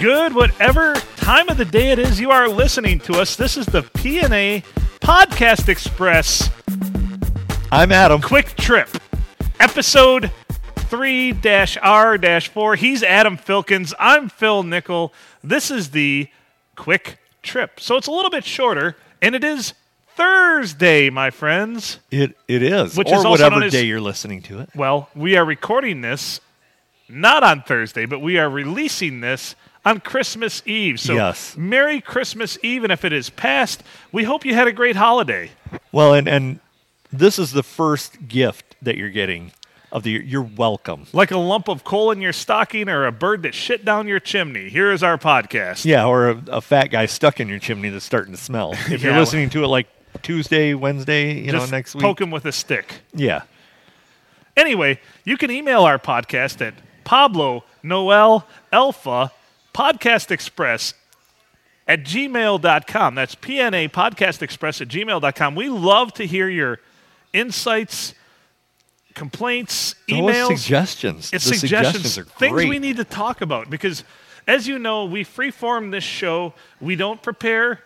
good, whatever time of the day it is you are listening to us. This is the PNA Podcast Express I'm Adam. Quick Trip, episode 3 R 4. He's Adam Filkins. I'm Phil Nickel. This is the Quick Trip. So it's a little bit shorter, and it is Thursday, my friends. It it is, Which or is also whatever known as- day you're listening to it. Well, we are recording this not on Thursday, but we are releasing this on Christmas Eve. So, Yes. Merry Christmas Eve. And if it is past, we hope you had a great holiday. Well, and and this is the first gift that you're getting of the year. You're welcome. Like a lump of coal in your stocking or a bird that shit down your chimney. Here is our podcast. Yeah, or a, a fat guy stuck in your chimney that's starting to smell. If Yeah. you're listening to it like Tuesday, Wednesday, you Just know, next week. poke him with a stick. yeah. Anyway, you can email our podcast at Pablo Noel Alpha Podcast Express at gmail.com. That's PNA Podcast Express at gmail.com. We love to hear your insights, complaints, Those emails, suggestions. it's the suggestions, are things great. we need to talk about because as you know we freeform this show we don't prepare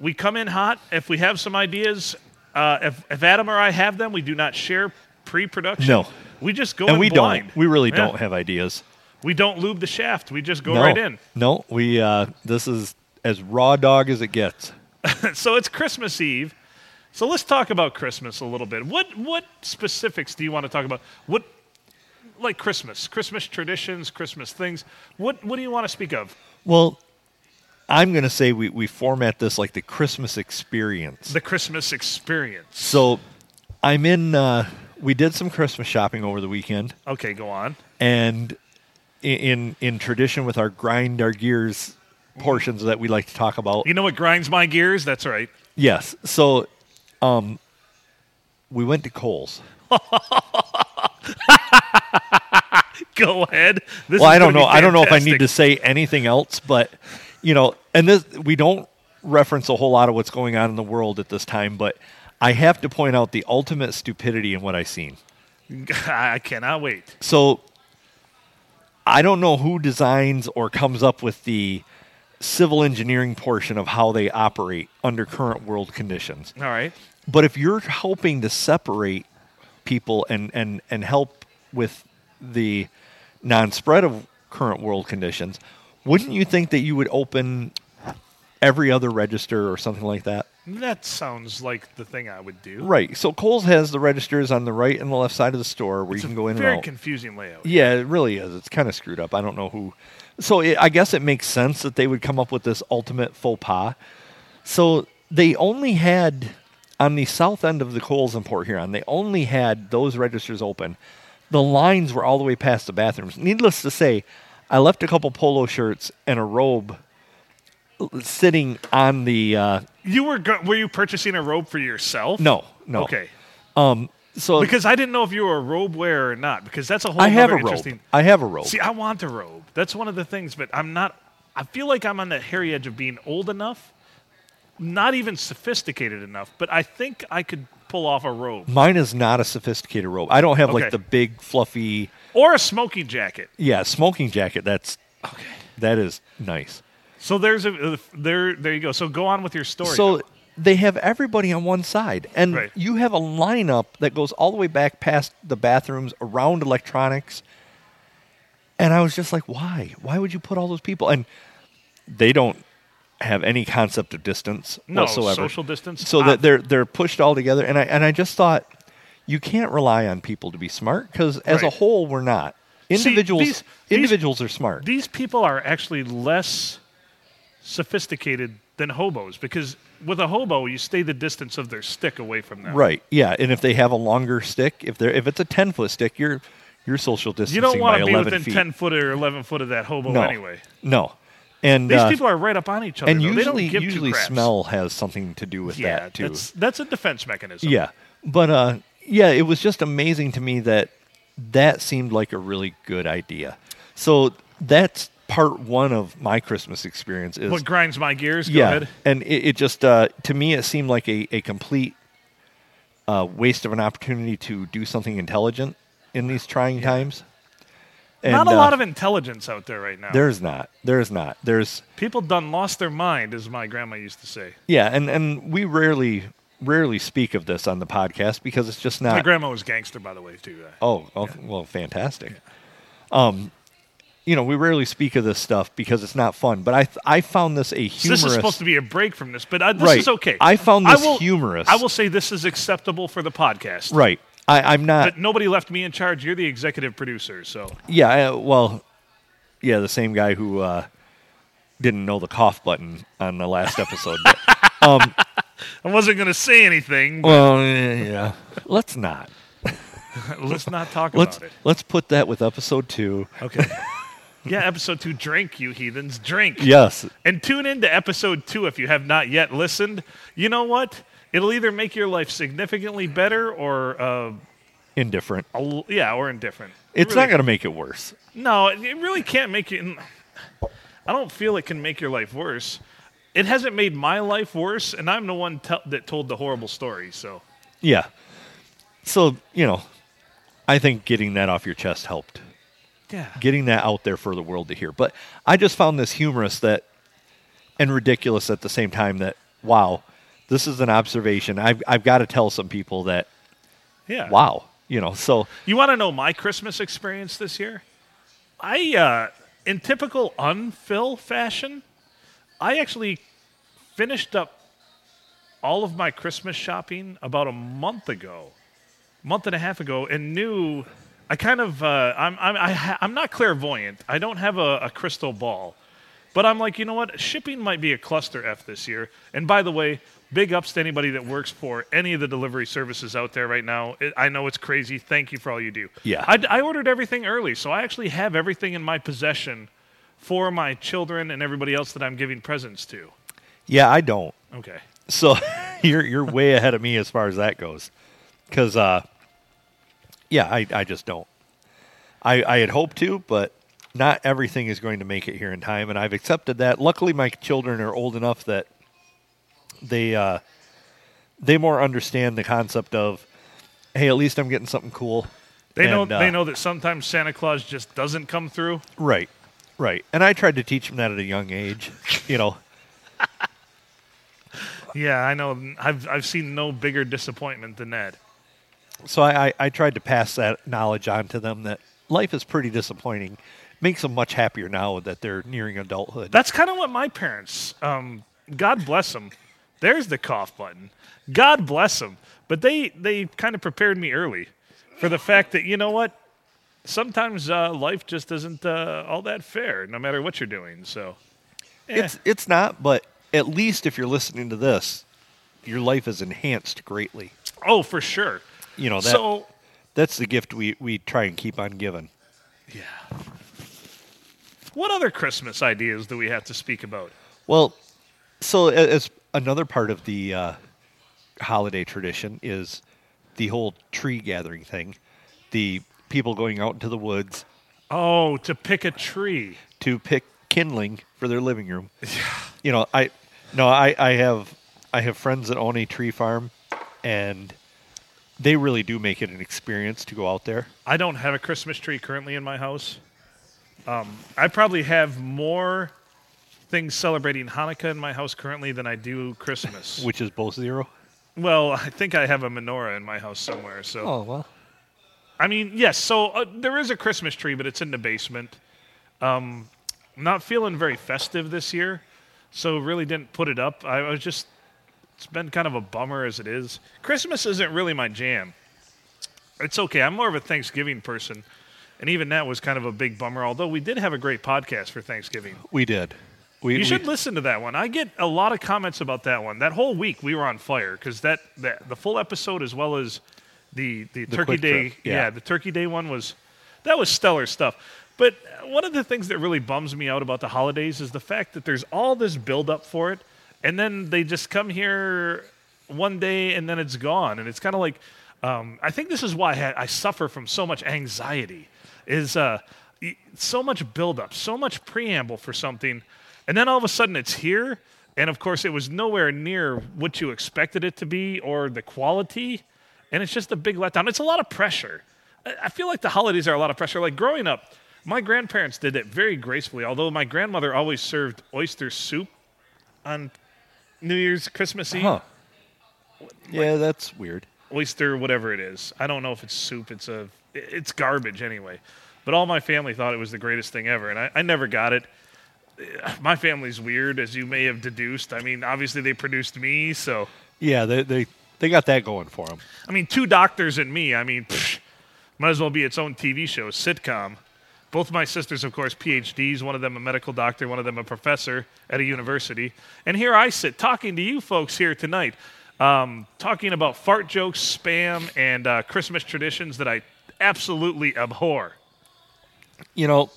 we come in hot if we have some ideas uh, if, if adam or i have them we do not share pre-production No. we just go and in we blind. don't. We really Yeah. don't have ideas. we don't lube the shaft we just go no. right in No, we. Uh, this is as raw dog as it gets. so it's christmas eve so let's talk about christmas a little bit what what specifics do you want to talk about what like christmas christmas traditions christmas things what what do you want to speak of Well, I'm going to say we, we format this like the Christmas experience. the christmas experience So I'm in, uh, we did some Christmas shopping over the weekend, Okay, go on. and i- in, in tradition with our grind our gears portions that we like to talk about. You know what grinds my gears? That's right. Yes. So um, we went to Kohl's. Go ahead. This well, is I don't gonna know. be I don't know if I need to fantastic. say anything else, but you know, and this we don't reference a whole lot of what's going on in the world at this time, but I have to point out the ultimate stupidity in what I've seen. I cannot wait. So I don't know who designs or comes up with the civil engineering portion of how they operate under current world conditions. All right. But if you're helping to separate people and, and, and help with the non spread of current world conditions, wouldn't you think that you would open every other register or something like that? That sounds like the thing I would do. Right. So Kohl's has the registers on the right and the left side of the store where you can go in Very and out. confusing layout. Yeah, it really is. It's kind of screwed up. I don't know who. So it, I guess it makes sense that they would come up with this ultimate faux pas. So they only had on the south end of the Coles in Port Huron. They only had those registers open. The lines were all the way past the bathrooms. Needless to say, I left a couple polo shirts and a robe sitting on the. Uh, You were go- were you purchasing a robe for yourself? no, no. Okay. So Because I didn't know if you were a robe wearer or not. Because that's a whole I have a nother robe. interesting. I have a robe. See, I want a robe. That's one of the things, but I'm not. I feel like I'm on the hairy edge of being old enough, not even sophisticated enough. But I think I could pull off a robe. Mine is not a sophisticated robe. I don't have Okay. like the big fluffy. or a smoking jacket. Yeah, smoking jacket. That's Okay. that is nice. So there's a there there you go. So go on with your story. So though. they have everybody on one side, and Right. you have a lineup that goes all the way back past the bathrooms, around electronics. And I was just like, why? Why would you put all those people? And they don't have any concept of distance no whatsoever. social distance. so Ah, that they're they're pushed all together. And I and I just thought you can't rely on people to be smart because as Right. a whole we're not. See, Individuals these- these- individuals are smart. these people are actually less sophisticated than hobos because with a hobo you stay the distance of their stick away from them. Right. Yeah, and if they have a longer stick, if they're if it's a ten foot stick, you're you're social distancing You don't by want to be eleven within feet. ten foot or eleven foot of that hobo no, anyway. no, and These uh, people are right up on each other. and though. usually they don't give usually two craps. smell has something to do with Yeah, that too. that's that's a defense mechanism. Yeah, but uh, yeah, it was just amazing to me that that seemed like a really good idea. So that's part one of my Christmas experience. Is What grinds my gears? Go yeah, ahead. and it, it just uh, to me it seemed like a, a complete uh, waste of an opportunity to do something intelligent in these trying times. And, Not a lot uh, of intelligence out there right now. There's not. There's not. There's People done lost their mind, as my grandma used to say. yeah, and and we rarely rarely speak of this on the podcast because it's just My not. grandma was gangster, by the way, too. Uh, Uh, oh, oh, well, fantastic. Um, you know, we rarely speak of this stuff because it's not fun. But I th- I found this a so humorous. this is supposed to be a break from this, but uh, this Right. is okay. I found this will, humorous. I will say this is acceptable for the podcast. right. I, I'm not. But nobody left me in charge. You're the executive producer, so Yeah, I, well, yeah, the same guy who uh, didn't know the cough button on the last episode. But, I wasn't going to say anything. But well, yeah, yeah. Let's not. let's not talk Let's about it. let's put that with episode two. Okay. yeah, episode two. Drink, you heathens. Drink. Yes, And tune in to episode two if you have not yet listened. You know what? It'll either make your life significantly better or, uh, indifferent. a l- yeah, or indifferent. It's Really- not going to make it worse. No, it it really can't make you. I don't feel it can make your life worse. It hasn't made my life worse, and I'm the one tell that told the horrible story. So Yeah. So you know, I think getting that off your chest helped. yeah, Getting that out there for the world to hear. But I just found this humorous that, and ridiculous at the same time. That wow, this is an observation. I've I've got to tell some people that yeah. wow you know so You want to know my Christmas experience this year? I, uh, in typical unfill fashion, I actually finished up all of my Christmas shopping about a month ago, month and a half ago, and knew I kind of uh, I'm I'm I ha- I'm not clairvoyant. I don't have a, a crystal ball, but I'm like you know what? Shipping might be a cluster f this year. And by the way, big ups to anybody that works for any of the delivery services out there right now. It, I know it's crazy. Thank you for all you do. Yeah. I, I ordered everything early, so I actually have everything in my possession for my children and everybody else that I'm giving presents to. yeah i don't Okay. so you're you're way ahead of me as far as that goes because uh yeah i i just don't i i had hoped to but not everything is going to make it here in time and i've accepted that luckily my children are old enough that they uh they more understand the concept of hey at least i'm getting something cool They know And, uh, they know that sometimes Santa Claus just doesn't come through. Right, right. And I tried to teach them that at a young age. You know, Yeah, I know. I've I've seen no bigger disappointment than that. so I, I, I tried to pass that knowledge on to them that life is pretty disappointing. Makes them much happier now that they're nearing adulthood. That's kind of what my parents. Um, God bless them. There's the cough button. God bless them. But they they kind of prepared me early for the fact that you know what. Sometimes uh, life just isn't uh, all that fair, no matter what you're doing. So, eh, It's it's not, but at least if you're listening to this, your life is enhanced greatly. oh, for sure. You know that so, that's the gift we, we try and keep on giving. yeah. What other Christmas ideas do we have to speak about? Well, so a- as another part of the uh, holiday tradition is the whole tree gathering thing, the people going out into the woods Oh, to pick a tree. to pick kindling for their living room. You know, I no, I, I have I have friends that own a tree farm, and they really do make it an experience to go out there. I don't have a Christmas tree currently in my house. Um, I probably have more things celebrating Hanukkah in my house currently than I do Christmas. Which is both zero. well, I think I have a menorah in my house somewhere. So Oh well, I mean, yes. So uh, there is a Christmas tree, but it's in the basement. Um, not feeling very festive this year, so really didn't put it up. I was just. It's been kind of a bummer as it is. Christmas isn't really my jam. It's okay. I'm more of a Thanksgiving person, and even that was kind of a big bummer. Although we did have a great podcast for Thanksgiving. we did. We, You we- should listen to that one. I get a lot of comments about that one. That whole week we were on fire because that, that the full episode as well as the the, turkey quick day trip, yeah. the turkey day one was that was stellar stuff. But one of the things that really bums me out about the holidays is the fact that there's all this build up for it, and then they just come here one day and then it's gone, and it's kind of like um, I think this is why I, ha- I suffer from so much anxiety is uh, y- so much buildup, so much preamble for something, and then all of a sudden it's here. And of course, it was nowhere near what you expected it to be or the quality. And it's just a big letdown. It's a lot of pressure. I I feel like the holidays are a lot of pressure. Like growing up, My grandparents did it very gracefully, although my grandmother always served oyster soup on New Year's, Christmas Eve. Huh. Yeah, that's weird. oyster, whatever it is. I don't know if it's soup. It's a it's garbage anyway. But all my family thought it was the greatest thing ever, and I, I never got it. My family's weird, as you may have deduced. I mean, obviously they produced me, so Yeah, they they, they got that going for them. I mean, two doctors and me. I mean, psh, might as well be its own TV show, sitcom. Both my sisters, of course, PhDs. One of them a medical doctor, one of them a professor at a university. And here I sit talking to you folks here tonight, um, talking about fart jokes, spam, and uh, Christmas traditions that I absolutely abhor. You know,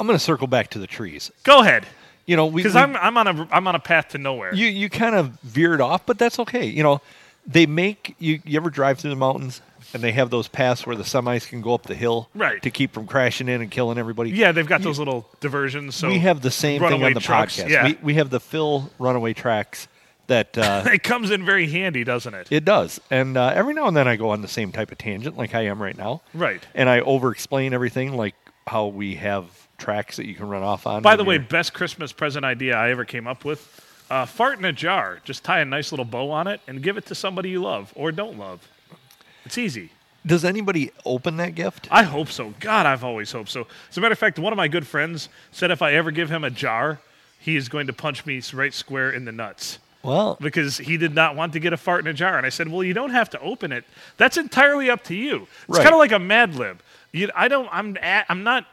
I'm going to circle back to the trees. Go ahead, You know, we, because we- I'm, I'm on a I'm on a path to nowhere. you you kind of veered off, but that's okay. You know, they make you you ever drive through the mountains and they have those paths where the semis can go up the hill Right. to keep from crashing in and killing everybody. yeah, they've got those little diversions. So we have the same thing runaway on the trucks, podcast. yeah. We, we have the Phil runaway tracks that uh, it comes in very handy, doesn't it? it does, and uh, every now and then I go on the same type of tangent like I am right now, Right. and I over explain everything like how we have tracks that you can run off on. By when the way, you're- best Christmas present idea I ever came up with. Uh, fart in a jar. Just tie a nice little bow on it and give it to somebody you love or don't love. It's easy. does anybody open that gift? I hope so. God, I've always hoped so. As a matter of fact, one of my good friends said if I ever give him a jar, he is going to punch me right square in the nuts Well, because he did not want to get a fart in a jar. And I said, "Well, you don't have to open it. That's entirely up to you. It's Right. kind of like a Mad Lib. You, I don't. I'm. At, I'm not.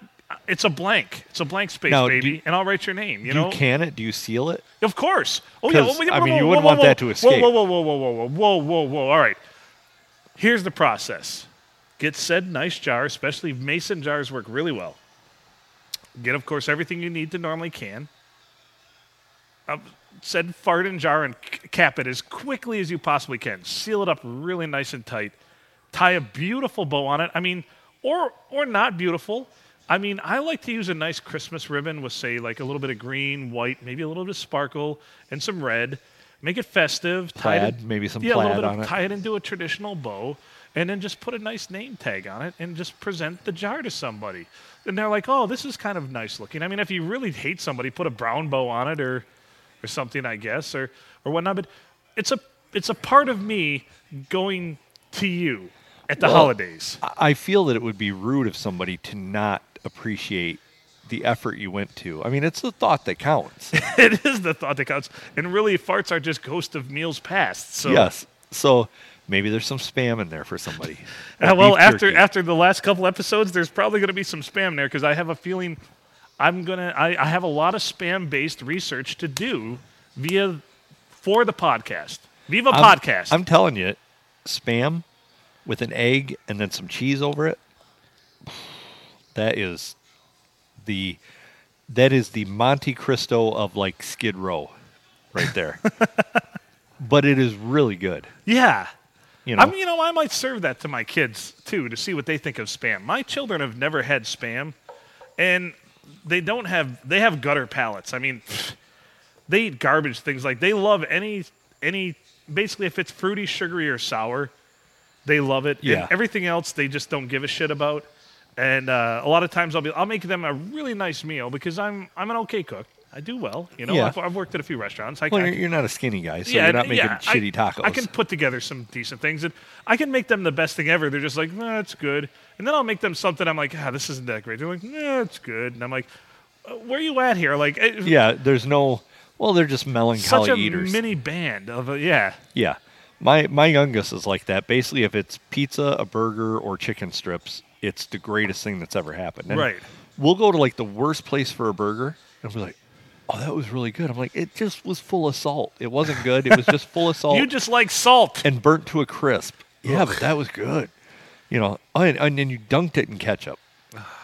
It's a blank. It's a blank space, Now, do baby. and I'll write your name. You do know, you can it? Do you seal it? of course. Oh yeah. 'Cause, Whoa, whoa, I mean, whoa, you wouldn't whoa, want whoa, that to escape. Whoa, whoa, whoa, whoa, whoa, whoa, whoa, whoa, whoa. All right. Here's the process. Get said nice jar, especially mason jars work really well. Get, of course, everything you need to normally can. Uh, said fart in jar and c- cap it as quickly as you possibly can. Seal it up really nice and tight. Tie a beautiful bow on it. I mean, or or not beautiful. I mean, I like to use a nice Christmas ribbon with, say, like a little bit of green, white, maybe a little bit of sparkle, and some red. Make it festive. tie it, Plaid, maybe some yeah, a plaid little bit on of, it. Tie it into a traditional bow, and then just put a nice name tag on it, and just present the jar to somebody. And they're like, "Oh, this is kind of nice looking." I mean, if you really hate somebody, put a brown bow on it, or or something, I guess, or or whatnot. But it's a it's a part of me going to you at the Well, holidays. I- I feel that it would be rude of somebody to not appreciate the effort you went to. I mean, it's the thought that counts. it is the thought that counts, and really, farts are just ghosts of meals past. So yes. So maybe there's some spam in there for somebody. Uh, Or well, beef after jerky. after the last couple episodes, there's probably going to be some spam there because I have a feeling I'm gonna I, I have a lot of spam based research to do via for the podcast. Viva I'm- podcast. I'm telling you, spam with an egg and then some cheese over it. That is the that is the Monte Cristo of like Skid Row right there. but it is really good. yeah. You know. I'm, you know, I might serve that to my kids too to see what they think of spam. My children have never had spam, and they don't have they have gutter palates. I mean, they eat garbage things like they love any any basically if it's fruity, sugary, or sour, they love it. And Yeah. everything else they just don't give a shit about. And uh, a lot of times I'll be I'll make them a really nice meal because I'm I'm an okay cook. I do well, you know. Yeah. I've, I've worked at a few restaurants. I, Well, I you're, you're not a skinny guy, so and- you're not making yeah, I- shitty tacos. I can put together some decent things, and I can make them the best thing ever. They're just like, nah, it's good. And then I'll make them something. I'm like, ah, this isn't that great. They're like, nah, it's good. And I'm like, "Uh, where you at here? Like, eh, yeah, there's no. Well, they're just such melancholy a eaters. mini band of, a, yeah, yeah, my my youngest is like that. Basically, if it's pizza, a burger, or chicken strips, it's the greatest thing that's ever happened. And Right. We'll go to like the worst place for a burger, and we're like, "Oh, that was really good." I'm like, "It just was full of salt. It wasn't good. It was just full of salt you just like salt. and burnt to a crisp." Yeah, but that was good. You know, oh, and, and then you dunked it in ketchup.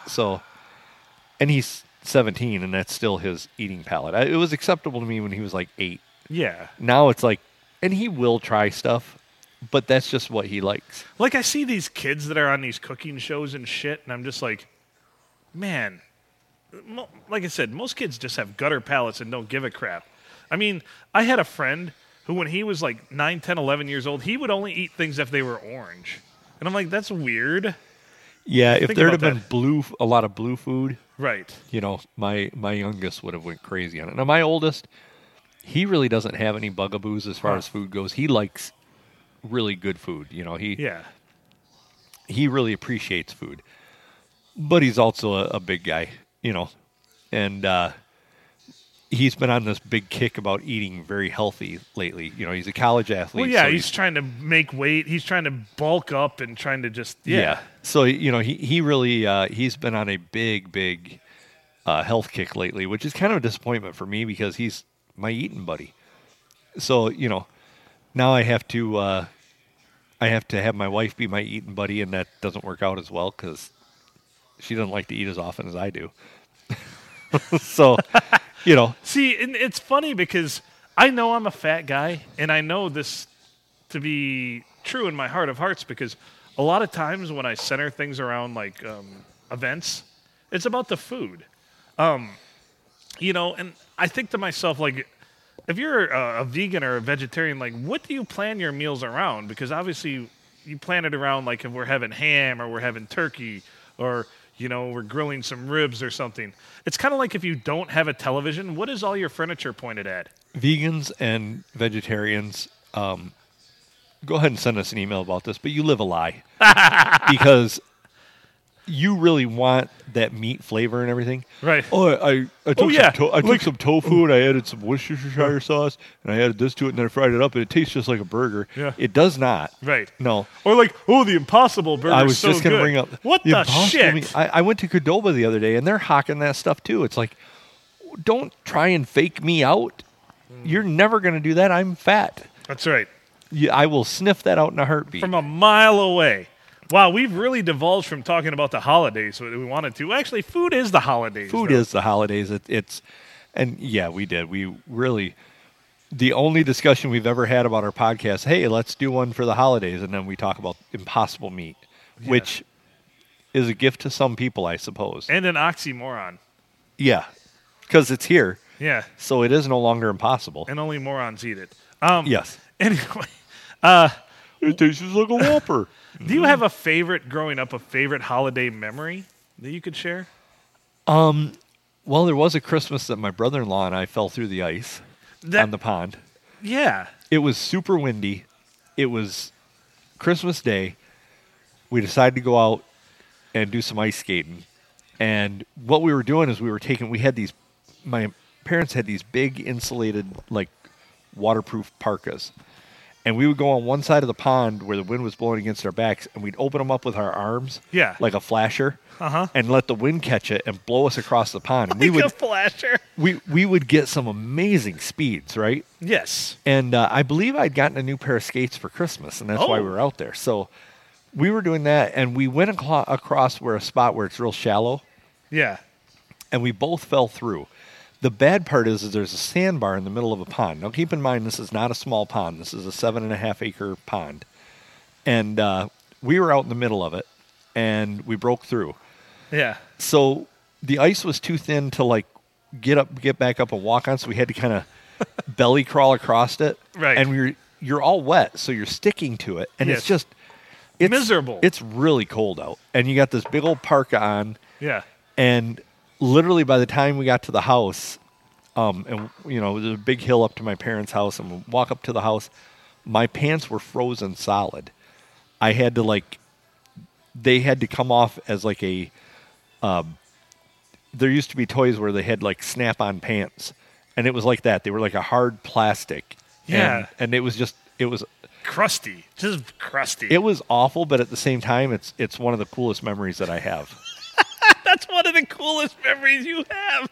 So, and he's 17, and that's still his eating palate. I, it was acceptable to me when he was like eight. yeah, Now it's like, and he will try stuff, but that's just what he likes. like I see these kids that are on these cooking shows and shit, and I'm just like, man, mo- like I said, most kids just have gutter palates and don't give a crap. I mean, I had a friend who, when he was like 9, 10, 11 years old, he would only eat things if they were orange. And I'm like, that's weird. Yeah, if Think there'd have about been blue, a lot of blue food, Right. you know, my my youngest would have went crazy on it. Now my oldest, he really doesn't have any bugaboos as far Huh. as food goes. He likes really good food. You know, he Yeah. he really appreciates food, but he's also a, a big guy. You know, and uh, he's been on this big kick about eating very healthy lately. You know, he's a college athlete. Well, yeah, so he's trying to make weight. He's trying to bulk up and trying to just yeah. So you know, he he really uh, he's been on a big big uh, health kick lately, which is kind of a disappointment for me because he's my eating buddy. So you know, now I have to uh, I have to have my wife be my eating buddy, and that doesn't work out as well because she doesn't like to eat as often as I do. so you know, See, and it's funny because I know I'm a fat guy, and I know this to be true in my heart of hearts because a lot of times when I center things around like um, events, it's about the food. Um, you know, and I think to myself, like, if you're a, a vegan or a vegetarian, like, what do you plan your meals around? Because obviously, you plan it around, like, if we're having ham or we're having turkey or, you know, we're grilling some ribs or something. It's kind of like if you don't have a television, what is all your furniture pointed at? vegans and vegetarians, um, go ahead and send us an email about this, but you live a lie because you really want that meat flavor and everything. Right. Oh, I, I, I took, yeah. some to- I took Like- some tofu and I added some Worcestershire sauce and I added this to it and then I fried it up and it tastes just like a burger. Yeah. It does not. Right. No. Or like, oh, the Impossible Burger. I was so just going good. to bring up what the, Impossible shit. meat. I, I went to Cordoba the other day, and they're hawking that stuff too. It's like, don't try and fake me out. Hmm. You're never going to do that. I'm fat. That's right. You, I will sniff that out in a heartbeat. From a mile away. Wow, we've really divulged from talking about the holidays that we wanted to. Actually, food is the holidays. Food though. is the holidays. It, it's, and yeah, we did. We really. The only discussion we've ever had about our podcast, hey, let's do one for the holidays, and then we talk about impossible meat, which is a gift to some people, I suppose. And an oxymoron. yeah, because it's here. Yeah. So it is no longer impossible. And only morons eat it. Um, yes. Anyway, It tastes like a do Whopper. Mm-hmm. you have a favorite growing up, a favorite holiday memory that you could share? well, there was a Christmas that my brother in law and I fell through the ice That- on the pond. Yeah. It was super windy. It was Christmas Day. We decided to go out and do some ice skating. And what we were doing is we were taking, we had these, my parents had these big insulated, like waterproof parkas. And we would go on one side of the pond where the wind was blowing against our backs, and we'd open them up with our arms, Yeah. like a flasher, Uh-huh. and let the wind catch it and blow us across the pond. we Like a would flasher. we we would get some amazing speeds, right? Yes. And uh, I believe I'd gotten a new pair of skates for Christmas, and that's why Oh. we were out there. So we were doing that, and we went aclo- across where a spot where it's real shallow, Yeah. and we both fell through. The bad part is, is there's a sandbar in the middle of a pond. Now, keep in mind, this is not a small pond. This is a seven and a half acre pond. And uh, we were out in the middle of it, and we broke through. Yeah. So the ice was too thin to like get up, get back up and walk on. So we had to kind of belly crawl across it. Right. And we were, you're all wet, so you're sticking to it, and Yes. it's just it's, Miserable. It's really cold out, and you got this big old parka on, Yeah. and literally by the time we got to the house, um, and you know there's a big hill up to my parents' house, and we walk up to the house, my pants were frozen solid. I had to like, they had to come off as like a, um, there used to be toys where they had like snap-on pants, and it was like that. They were like a hard plastic. Yeah. and, and it was just it was Crusty. Just crusty. it was awful, but at the same time, it's it's one of the coolest memories that I have. That's one of the coolest memories you have.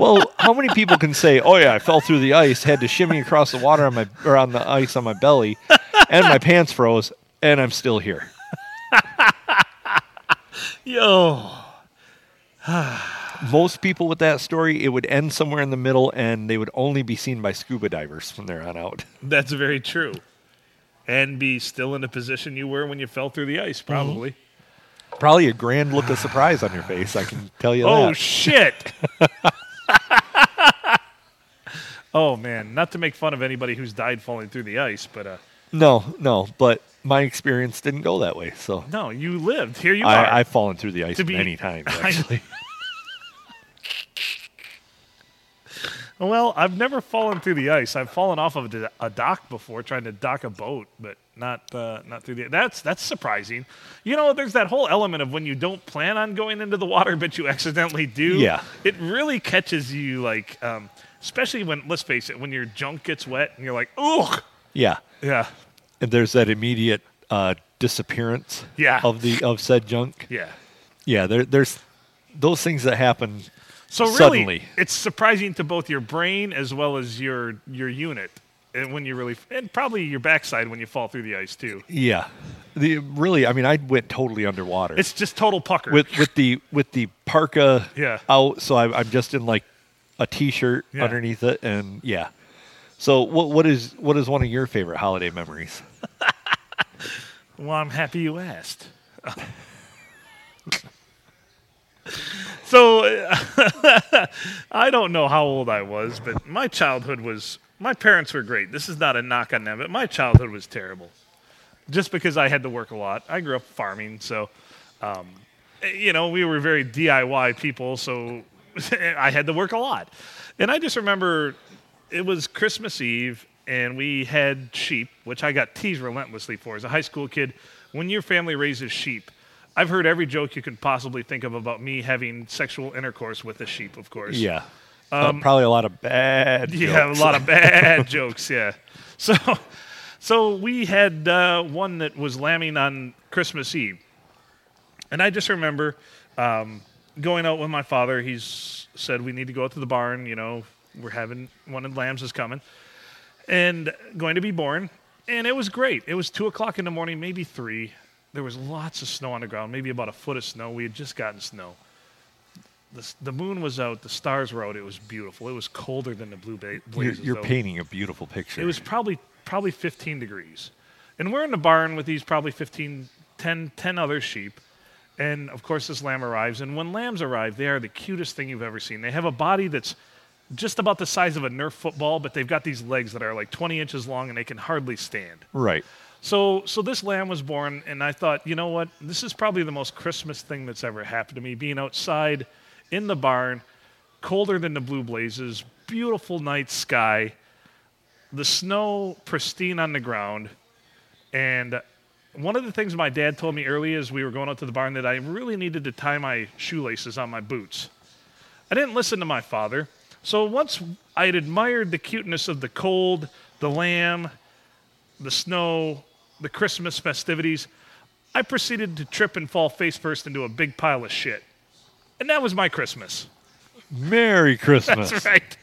Well, how many people can say, "Oh yeah, I fell through the ice, had to shimmy across the water on my or on the ice on my belly, and my pants froze, and I'm still here." Yo. Most people with that story, it would end somewhere in the middle, and they would only be seen by scuba divers from there on out. That's very true. And be still in the position you were when you fell through the ice, probably. Probably a grand look of surprise on your face. I can tell you Oh, that. shit. oh, man. Not to make fun of anybody who's died falling through the ice, but uh, No, no, but my experience didn't go that way. So No, you lived. Here you are. I, I've fallen through the ice To be- many times. I- Actually, Well, I've never fallen through the ice. I've fallen off of a- a dock before, trying to dock a boat, but not uh, not through the. That's that's surprising. You know, there's that whole element of when you don't plan on going into the water, but you accidentally do. Yeah. it really catches you, like um, especially when let's face it, when your junk gets wet and you're like, ugh, yeah. yeah, And there's that immediate uh, disappearance. Yeah. Of the of said junk. yeah. Yeah. There, there's those things that happen. So really, Suddenly. it's surprising to both your brain as well as your your unit, and when you really and probably your backside when you fall through the ice too. Yeah. The really, I mean, I went totally underwater. It's just total pucker. with with the with the parka Yeah. out so I, i'm just in like a t-shirt Yeah. underneath it and yeah so what what is what is one of your favorite holiday memories Well, I'm happy you asked. so uh, I don't know how old I was, but my childhood was my parents were great. This is not a knock on them, but my childhood was terrible. Just because I had to work a lot. I grew up farming, so um, you know, we were very DIY people, so I had to work a lot. And I just remember it was Christmas Eve, and we had sheep, which I got teased relentlessly for as a high school kid. When your family raises sheep, I've heard every joke you could possibly think of about me having sexual intercourse with a sheep, of course. yeah Uh, probably a lot of bad Um, Yeah, jokes. a lot of bad jokes. Yeah. So, so we had uh, one that was lambing on Christmas Eve, and I just remember um, going out with my father. He's said we need to go out to the barn. You know, we're having one of the lambs is coming, and going to be born. And it was great. It was two o'clock in the morning, maybe three. There was lots of snow on the ground, maybe about a foot of snow. We had just gotten snow the, s- the moon was out, the stars were out. It was beautiful. It was colder than the blue ba- you're, blazes. you're though. painting a beautiful picture It was probably probably 15 degrees, and we're in the barn with these probably 15, 10, 10 other sheep, and of course this lamb arrives. And when lambs arrive, they are the cutest thing you've ever seen. They have a body that's just about the size of a Nerf football, but they've got these legs that are like 20 inches long, and they can hardly stand. right So, so this lamb was born, and I thought, you know what? This is probably the most Christmas thing that's ever happened to me. Being outside in the barn, colder than the blue blazes, beautiful night sky, the snow pristine on the ground, and one of the things my dad told me early as we were going out to the barn that I really needed to tie my shoelaces on my boots. I didn't listen to my father. So once I had admired the cuteness of the cold, the lamb, the snow, the Christmas festivities, I proceeded to trip and fall face first into a big pile of shit. And that was my Christmas. merry christmas That's right.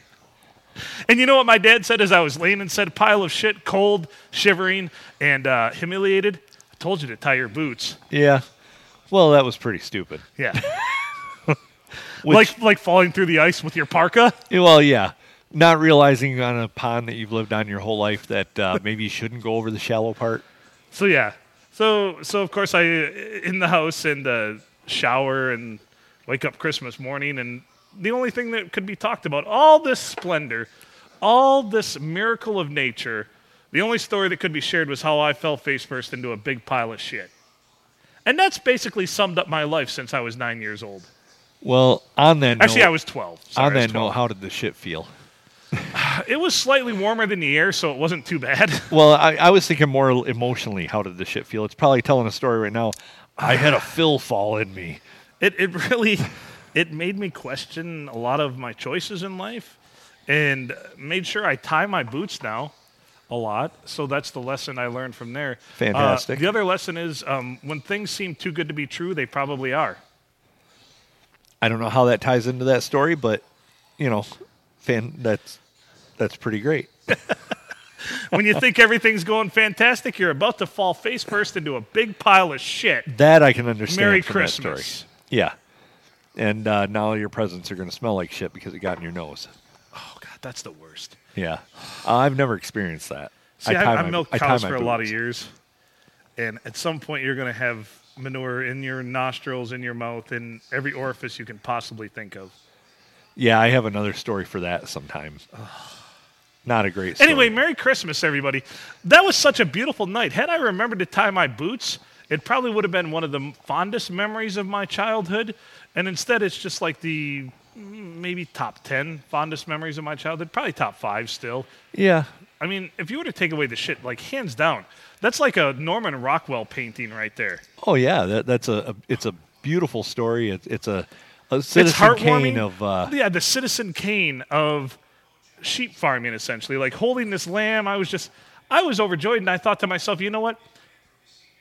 And you know what my dad said as I was laying in said pile of shit, cold, shivering, and uh, humiliated? I told you to tie your boots. yeah well that was pretty stupid Yeah. Which- like like falling through the ice with your parka. Yeah, Well, yeah. Not realizing on a pond that you've lived on your whole life that uh, maybe you shouldn't go over the shallow part. So yeah. So so of course I in the house and uh, shower and wake up Christmas morning and the only thing that could be talked about all this splendor, all this miracle of nature, the only story that could be shared was how I fell face first into a big pile of shit. And that's basically summed up my life since I was 9 years old. Well, on that Actually, note, I was 12. Sorry, on I was that note, 12. how did the shit feel? It was slightly warmer than the air, so it wasn't too bad. Well, I, I was thinking more emotionally. How did the shit feel? It's probably telling a story right now. I had a fill fall in me. it, it really it made me question a lot of my choices in life and made sure i tie my boots now a lot so that's the lesson i learned from there Uh, Fantastic. the other lesson is um, when things seem too good to be true they probably are I don't know how that ties into that story, but you know, fan, that's that's pretty great. when you think everything's going fantastic you're about to fall face first into a big pile of shit That I can understand. merry from That christmas story. Yeah, and uh, now your presents are going to smell like shit because it got in your nose. oh god that's the worst Yeah, Uh, I've never experienced that. See, I, tie I, my- milked I tie cows my for a lot of boots. years, and at some point you're going to have manure in your nostrils, in your mouth, in every orifice you can possibly think of. Yeah, I have another story for that sometime. Not a great story. Anyway, Merry Christmas, everybody. That was such a beautiful night. Had I remembered to tie my boots, it probably would have been one of the fondest memories of my childhood. And instead, it's just like the mm, maybe top 10 fondest memories of my childhood, probably top five still. yeah, I mean, if you were to take away the shit, like hands down, that's like a Norman Rockwell painting right there. Oh yeah, that, that's a, a it's a beautiful story. It's it's a, a citizen Kane of uh, yeah, the Citizen Kane of sheep farming, essentially. Like holding this lamb, I was just, I was overjoyed, and I thought to myself, you know what?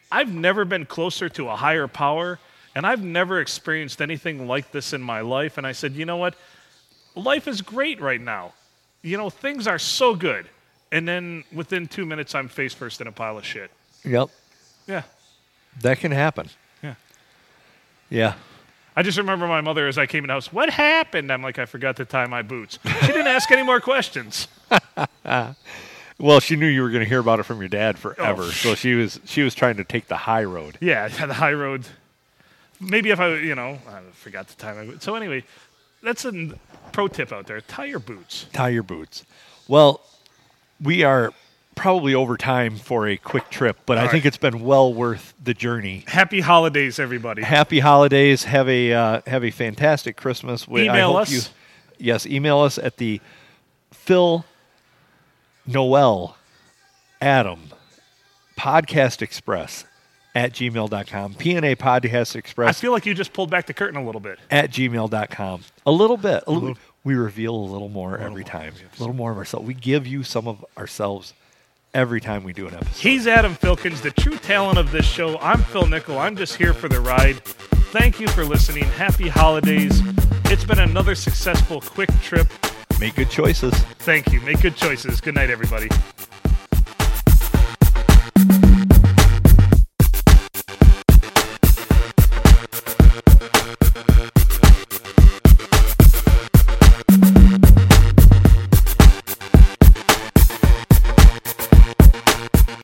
I've never been closer to a higher power, and I've never experienced anything like this in my life. And I said, you know what? Life is great right now. You know, things are so good. And then within two minutes, I'm face first in a pile of shit. yep. Yeah. That can happen. Yeah. Yeah. I just remember my mother as I came in the house, what happened? I'm like, I forgot to tie my boots. She didn't ask any more questions. Well, she knew you were going to hear about it from your dad forever, Oh. so she was she was trying to take the high road. Yeah, yeah, the high road. Maybe if I, you know, I forgot the time. I went. So anyway, that's a n- pro tip out there. Tie your boots. Tie your boots. Well, we are probably over time for a quick trip, but I All right. think it's been well worth the journey. Happy holidays, everybody. Happy holidays. Have a uh, have a fantastic Christmas. We, I Email hope us. You, yes, email us at the Phil Noel Adam Podcast Express at gmail.com. PNA Podcast I Express feel like you just pulled back the curtain a little bit. at gmail.com. A little bit. A little, we reveal a little more every time. A little more of ourselves. We give you some of ourselves every time we do an episode. He's Adam Filkins, the true talent of this show. I'm Phil Nickel. I'm just here for the ride. Thank you for listening. Happy holidays. It's been another successful quick trip. Make good choices. Thank you. Make good choices. Good night, everybody.